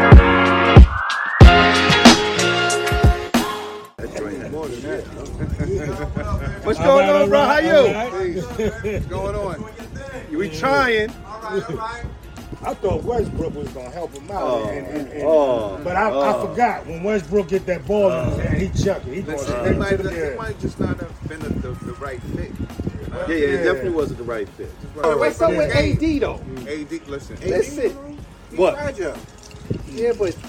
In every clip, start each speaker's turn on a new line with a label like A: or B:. A: What's going on? We trying. All right, all right.
B: I thought Westbrook was gonna help him out,
C: Oh,
B: and, and, and-
C: oh,
B: but I, I
C: oh.
B: forgot when Westbrook get that ball in his hand, he chucked it. He throws
C: Uh,
A: Listen,
B: it
A: they,
B: right
A: might,
B: to the
A: they
B: air.
A: might just not have been the, the, the right fit. You know?
C: Yeah, yeah, it definitely wasn't the right fit.
A: Oh,
C: What's up with AD though?
A: AD, listen.
C: That's
A: AD,
C: it. What?
D: Fragile.
C: Yeah, but AD,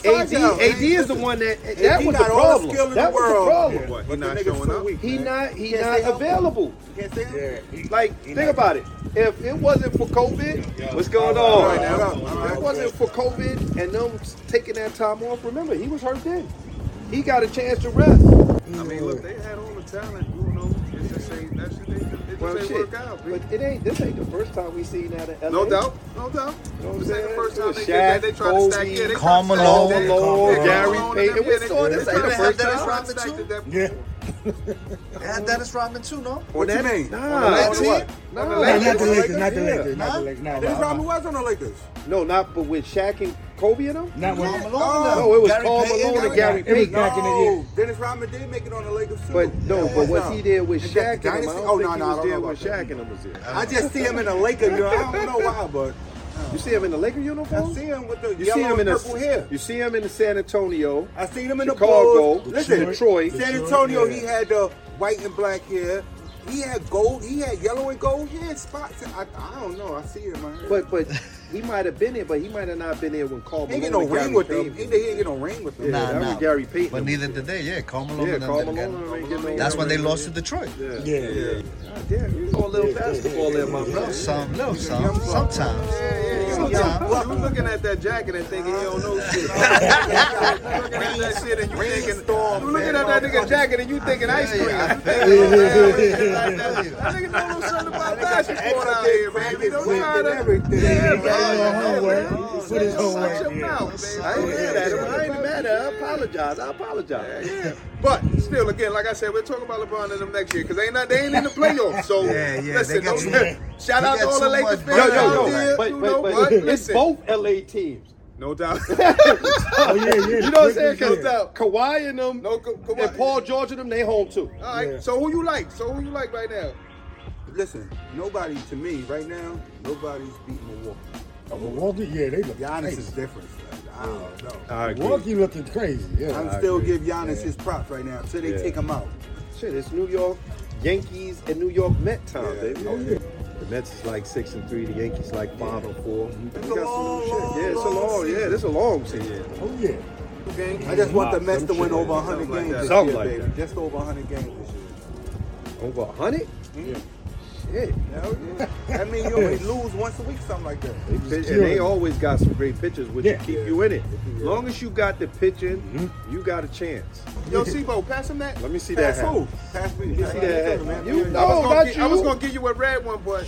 D: Fragile, man.
C: AD is the one that that
D: he
C: was the
D: got all the
C: problem.
D: skill in
C: That
D: the
C: was the
D: world.
C: problem.
A: What, he
D: But the
A: not
D: nigga's
A: showing
D: so
A: up?
D: weak,
C: He
D: man.
C: not he
D: Can't
C: not
D: stay healthy.
C: available.
D: Can't stay healthy.
B: Yeah, he-
C: Like
B: he
C: think
B: not-
C: about it. If it wasn't for COVID, what's going
D: All
C: on?
D: right, now, all
C: If
D: right.
C: it wasn't for COVID and them taking that time off, remember he was hurt then. He got a chance to rest.
A: I mean, look, they had all the talent. You know, it's just ain't, that shit ain't, it just
C: Well,
A: ain't
C: shit.
A: work out.
C: But
A: B.
C: it ain't. This ain't the first time we seen that in LA.
A: No doubt, no doubt.
C: You know what I'm
A: This ain't the
C: saying?
A: first time they
C: Shaq,
A: did that. They tried to stack,
C: Kobe,
A: yeah, they tried to
E: Karl
A: stack
E: Malone,
A: that.
B: Malone,
A: Yeah,
B: Gary
A: Malone
C: Payton.
A: and them,
C: We
A: yeah, they
C: saw
A: tried
C: this
A: to
C: ain't the
A: stack
C: first
A: that. They
C: time.
A: tried to stack that.
B: Yeah,
E: They had Dennis Rodman too, no?
D: What you mean?
C: Nah.
D: On the Lakers or what?
C: No,
A: On the
B: no,
A: Lakers,
B: not the Lakers, not the
C: yeah.
B: Lakers, not the Lakers. Nah,
D: Dennis
B: nah,
D: Rodman
B: nah.
D: was on the Lakers.
C: No, not but with Shaq and Kobe and them.
B: Not when-
E: Malone,
C: No, it was
E: Oh. Gary
C: Karl
E: Payton,
C: Malone and
E: Gary-
C: Gary
B: It was
C: Payton.
B: back in the
D: No, Dennis Rodman did make it on the Lakers too.
C: But no, but was he there with
D: Is that
C: Shaq
D: the
C: and him? I
D: dynasty?
C: don't
D: Oh,
C: think
D: no,
C: he
D: no, I
C: was
D: don't
C: there
D: know
C: when
D: about
C: Shaq and him was there.
D: I just see him in a Laker uniform. I don't know why, but
C: You see him in the Laker
D: I
C: uniform?
D: see him with the
C: You see
D: yellow
C: him in
D: and
C: the
D: purple hair.
C: You see him in San Antonio.
D: I seen him in
C: Chicago,
D: the Bulls. Listen,
C: Detroit.
D: San Antonio,
B: yeah.
D: he had the white and black hair. He had gold. He had yellow and gold hair spots. I, I don't know. I see it in my head.
C: But but he might have been there, but he might have not been there when Carl
D: he
C: Malone
D: ain't get no
C: and
D: ring
C: Gary
D: with
C: Payton.
D: them. He didn't get no ring with them.
C: Nah. that was Gary Payton.
E: But neither did they. Yeah, Karl Malone.
C: Yeah,
E: and
C: Carl
E: them-
C: Malone. and Ray Gilmore.
E: That's when they lost to Detroit.
C: Yeah.
B: Yeah, yeah.
C: God damn, you know a little basketball there, my
E: Little
C: brother.
E: some, little some, sometimes.
A: Yeah, yeah, you-
E: Sometimes.
A: You looking at that jacket and thinking he don't know shit. You looking at that shit and you thinking, you looking at that nigga jacket and you thinking ice cream.
E: Yeah,
A: You thinking, man, That nigga know a little something about basketball out here, baby. Don't try
D: and
A: to.
D: everything.
A: Yeah,
B: He got his own
A: man.
B: homework.
A: Yeah, man.
B: He put his
A: Shut
B: homework
A: your
B: in.
A: mouth,
C: I ain't mad at him. I ain't mad at him. I apologize. I apologize.
A: Yeah, But still, again, like I said, we're talking about LeBron and them next year because ain't not they ain't in the playoffs. So
E: Yeah, yeah, they
A: listen,
E: got
A: don't-
E: too-
A: shout
E: they
A: out
E: got
A: to all the
E: too
A: Lakers
E: much
A: fans
C: Yo,
E: burnout.
C: yo,
A: out
C: yo.
A: there.
C: But,
A: you know
C: but,
A: what?
C: but it's
A: Listen,
C: both LA teams.
A: no doubt.
B: Oh, yeah, yeah.
C: You know what I'm saying?
B: Lakers,
C: Because
B: yeah.
A: uh,
C: Kawhi and them,
A: No, Ka- Kawhi.
C: and Paul George and them, they home too.
A: All right.
B: Yeah.
A: So who you like? So who you like right now?
D: Listen, nobody to me right now. Nobody's beating Milwaukee.
B: Milwaukee, yeah, they look
D: Giannis
B: crazy.
D: is different. I don't know.
B: Milwaukee looking crazy.
D: I'm
B: Yeah,
D: still give Giannis his props right now until they
C: Yeah.
D: take him out.
C: Shit, it's New York Yankees and New York Met time,
D: Yeah.
C: baby.
D: Oh, yeah.
C: The Mets is like six and three. The Yankees like five and four.
D: It's
C: We
D: a
C: got some
D: long,
C: new
D: long,
C: shit. Yeah, it's a
D: long
C: long. Yeah,
D: season.
C: this is a long season.
B: oh yeah.
D: I just want the Mets to win over 100
A: Something like
D: games
A: that.
D: this
C: Something
D: year,
C: like
D: baby.
C: that.
D: Just over 100 games this year.
C: Over a hundred.
B: Yeah.
C: Shit,
D: Hell yeah. That means you only lose once a week, something like that.
C: they pitch, and
B: killing
C: they
B: it.
C: always got some great pitchers, which
B: Yeah.
C: keep you in it. Long as you got the pitching,
D: Mm-hmm.
C: you got a chance.
A: Yo, Sibo, pass him that.
C: Let me see that
D: Pass
C: happen.
D: who? Pass me.
C: You see that
D: Pass
C: happen?
D: me,
C: You
D: man.
A: I was
C: know,
A: gonna
C: not
A: get-
C: you.
A: I was gonna give you a red one, but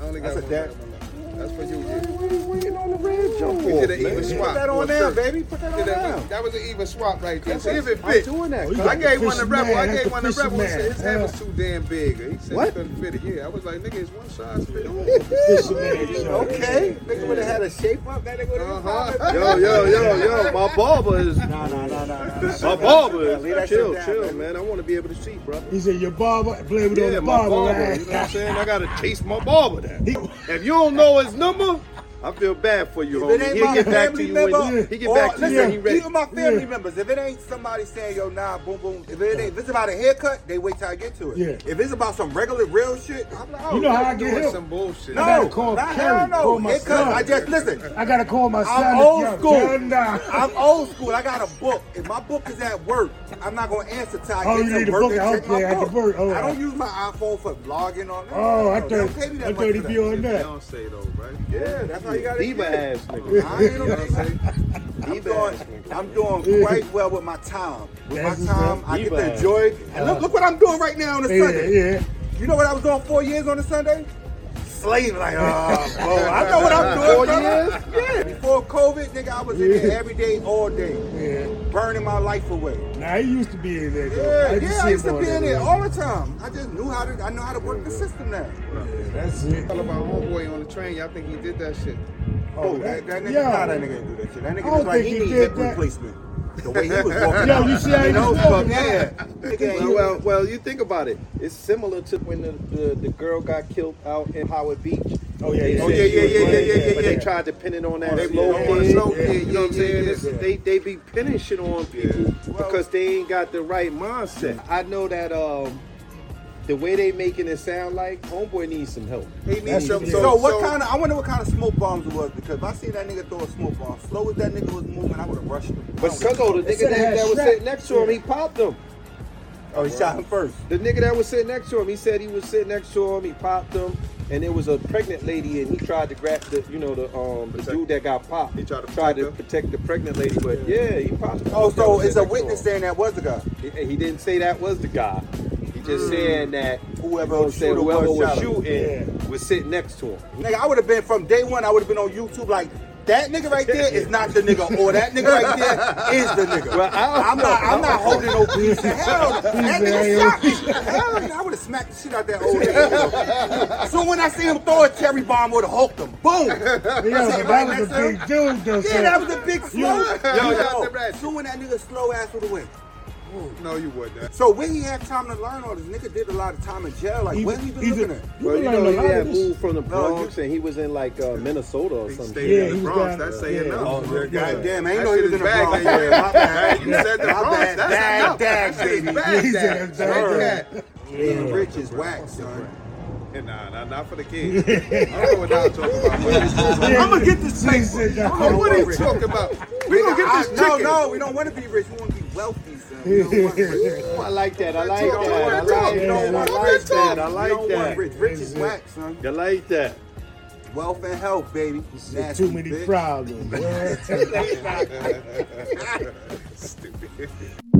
A: I only got
D: That's a
A: one
D: dad.
A: red one left. That's for you. Yeah.
C: waiting on the red jump
A: We
C: off,
A: did an even
C: man.
A: swap.
D: Put that on
A: One
D: there,
A: third.
D: baby. Put that on
A: Did that-
D: there.
A: That was an even swap right there. See if it
C: I'm
A: fit.
C: doing that.
B: Oh, you
C: cuz.
A: I gave one to
B: Fish
A: rep. I
B: man,
A: gave
B: that's
A: one
B: the
A: to rep.
B: fish
A: He said
B: man.
A: his head was
B: Yeah.
A: too damn big. He said
C: What?
A: he couldn't fit it. Yeah, I was like, nigga, it's one size fit all.
B: Fisherman, yo.
D: Okay. Nigga would have had a shape up. That nigga would have
A: Uh-huh.
D: been
C: Yo, yo, yo, yo. My barber is.
D: Nah, nah, nah, nah.
C: My barber
D: Yeah, leave that
C: is.
D: shit
C: Chill,
D: down,
C: chill,
D: baby.
C: man. I want to be able to see, brother.
B: He said your barber, blame it on
C: Yeah,
B: the
C: my
B: barber.
C: barber.
B: right?
C: You know what I'm saying? I gotta chase my barber down.
B: He-
C: If you don't know his number, I feel bad for you,
D: If it
C: homie.
D: ain't
C: He'll
D: my
C: get back to
D: family
C: you
D: member,
C: when he get back to
D: or-
C: you when
D: listen,
C: he ready.
D: Even my family
B: Yeah.
D: members, if it ain't somebody saying yo nah boom boom, if it ain't if it's about a haircut, they wait till I get to it.
B: Yeah.
D: If it's about some regular real shit, I'm like, oh,
B: You know how I
A: Doing
B: get him?
A: some bullshit.
B: I
D: no,
B: gotta call
D: nah,
B: Kerry,
D: hell no,
B: call my
D: Haircut,
B: son.
D: I just listen.
B: I gotta call my son.
D: I'm
B: if
D: old
B: y'all
D: school.
B: turn down.
D: I'm old school. I got a book. If my book is at work, I'm not gonna answer till I
B: Oh,
D: get
B: you
D: to
B: need a
D: work
B: book
D: and
B: out
D: check my
B: there at the
D: book.
B: work. Oh,
D: I don't
B: I-
D: use my iPhone for blogging on that.
B: Oh, I
D: No,
B: thought,
D: they don't pay me that
B: I
D: much
B: thought
D: for
B: he'd
D: that.
B: be on that.
A: Don't say though, right?
D: Yeah, that's how you gotta
C: Diva
D: do it.
C: ass nigga.
D: I ain't no nigga. I'm
C: Diva
D: doing,
C: ass nigga.
D: I'm doing quite well with my time. With
B: That's what's
D: my time,
B: up. Uh,
D: I get
C: Levi.
D: to enjoy. And look, look what I'm doing right now on a
B: Yeah,
D: Sunday.
B: yeah.
D: You know what I was doing four years on a Sunday? Slaving like, oh, bro, I know what I'm doing.
C: Four
D: brother. Yeah. Before COVID, nigga, I was in there
B: Yeah.
D: every day, all day,
B: Yeah.
D: burning my life away.
B: Now he used to be in there. though.
D: Yeah,
B: can
D: yeah,
B: see
D: I
B: him
D: used to
B: on
D: be
B: that
D: in there Oh.
B: one.
D: all the time. I just knew how to, I know how to work the system now.
B: Yeah, that's it.
A: All about homeboy on the train. Y'all think he did that shit?
D: Oh, that, that nigga,
B: yo.
D: nah, that nigga didn't do that shit. That nigga
B: don't
D: was like,
B: think
D: he
B: he
D: needs
B: did
D: hip
B: that.
D: replacement. The way he was walking.
B: Yo, you see how he
D: You know,
B: was walking?
D: fuck,
B: right?
D: yeah.
C: Well, well, well, you think about it. It's similar to when the, the, the girl got killed out in Howard Beach.
B: Oh, yeah,
C: They said she
B: yeah, yeah,
C: was
B: yeah, yeah,
C: running,
B: yeah, yeah,
C: But they
B: yeah.
C: tried to pin it on that
B: They
C: slow
B: put it
C: kid.
B: on the
D: slow
C: Yeah,
D: kid.
C: You know what I'm
D: Yeah,
C: saying?
D: yeah,
C: It's-
B: yeah.
C: They they be pinning shit on people because they ain't got the right mindset. I know that um, the way they making it sound like homeboy needs some help.
D: He needs
B: That's
D: some.
B: it.
D: So,
B: So
D: what kind of? I wonder what kind of smoke bombs it was because if I seen that nigga throw a smoke bomb, slow as that nigga was moving, I would have rushed him.
C: But Sugo, the
B: They
C: nigga Oh.
B: said it
C: that,
B: had
C: that was
B: Shrek.
C: sitting next to him,
B: Yeah.
C: he popped him.
D: oh, he shot him first.
C: The nigga that was sitting next to him, he said he was sitting next to him. He popped him, and it was a pregnant lady, and he tried to grab the, you know, the um, the
A: Protect-
C: dude that got popped.
A: He tried to protect
C: protect the pregnant lady, but yeah, he popped. him.
D: Oh,
C: That
D: so
C: was
D: it's
C: sitting next
D: a
C: to
D: witness
C: him.
D: saying that was the guy.
C: He, he didn't say that was the guy. He
A: Hmm.
C: just saying that
D: Whoever
C: he
D: was
C: said
D: shooting
C: Oh, whoever
D: was
C: was
D: shot him.
C: shooting was sitting next to him.
D: Nigga, I would have been from day one. I would have been on YouTube like that nigga right there is not the nigga, or that nigga right there is the nigga.
C: Well, I don't
D: I'm not. I'm not holding no peace. Hell, that nigga shot me. Hell, nigga, I would have smacked the shit out that old nigga. Soon when I see him throw a cherry bomb, would have hulked him. Boom.
B: Yeah, but that was a
D: That's it.
B: big dude, though.
D: Yeah,
B: son.
D: that was a big slow.
B: Yo,
A: that's the rest.
D: soon when that nigga slow ass would have went.
A: No, you wouldn't.
D: So when he had time to learn all this, nigga did a lot of time in jail. Like,
B: He-
D: where he been
B: he
D: looking
B: did-
D: at?
C: Well, you
B: learned
C: know,
B: a
C: he
B: lot of
C: had
B: this.
C: moved from the
D: No, you-
C: Bronx, and he was in like uh, Minnesota or
A: He
C: something.
A: stayed
B: Yeah,
A: in
B: he
A: the
B: was
A: Bronx.
B: down-
A: That's saying
B: yeah.
A: no.
B: Oh,
A: Goddamn,
B: yeah.
D: Goddamn, I ain't
A: that
D: know he
A: shit
D: was
A: is
D: in the
A: bad
D: Bronx.
A: back there.
D: Yeah, my bad.
A: You said the
D: My
A: Bronx.
D: bad.
A: That's
D: Dag,
A: enough.
D: dag,
A: That's
D: baby.
A: bad
B: He said
A: dag.
B: that.
A: Straight
D: Word.
A: back.
D: Being rich is whack, son.
A: Yeah, Nah, nah, not for the kids. I don't know what y'all talking about.
B: Yeah.
D: I'ma get this
B: He
D: paper.
B: said that.
A: I don't know what are you talking about? We gonna get this
D: I- No,
A: chicken.
D: no, we don't want to be rich. We want to be wealthy, son. We don't want rich.
C: I like that. I
A: Real
C: like
A: talk.
C: that. I
A: Real talk.
C: like
B: No,
C: that. I
B: real
C: like
A: talk.
C: that. I
D: We
C: like
D: don't want
C: that.
D: rich. Rich
B: That's
D: is
B: it.
D: whack, son.
C: I like that.
D: Wealth and health, baby. Nasty
B: Too many
D: bitch.
B: problems. word.
A: Stupid.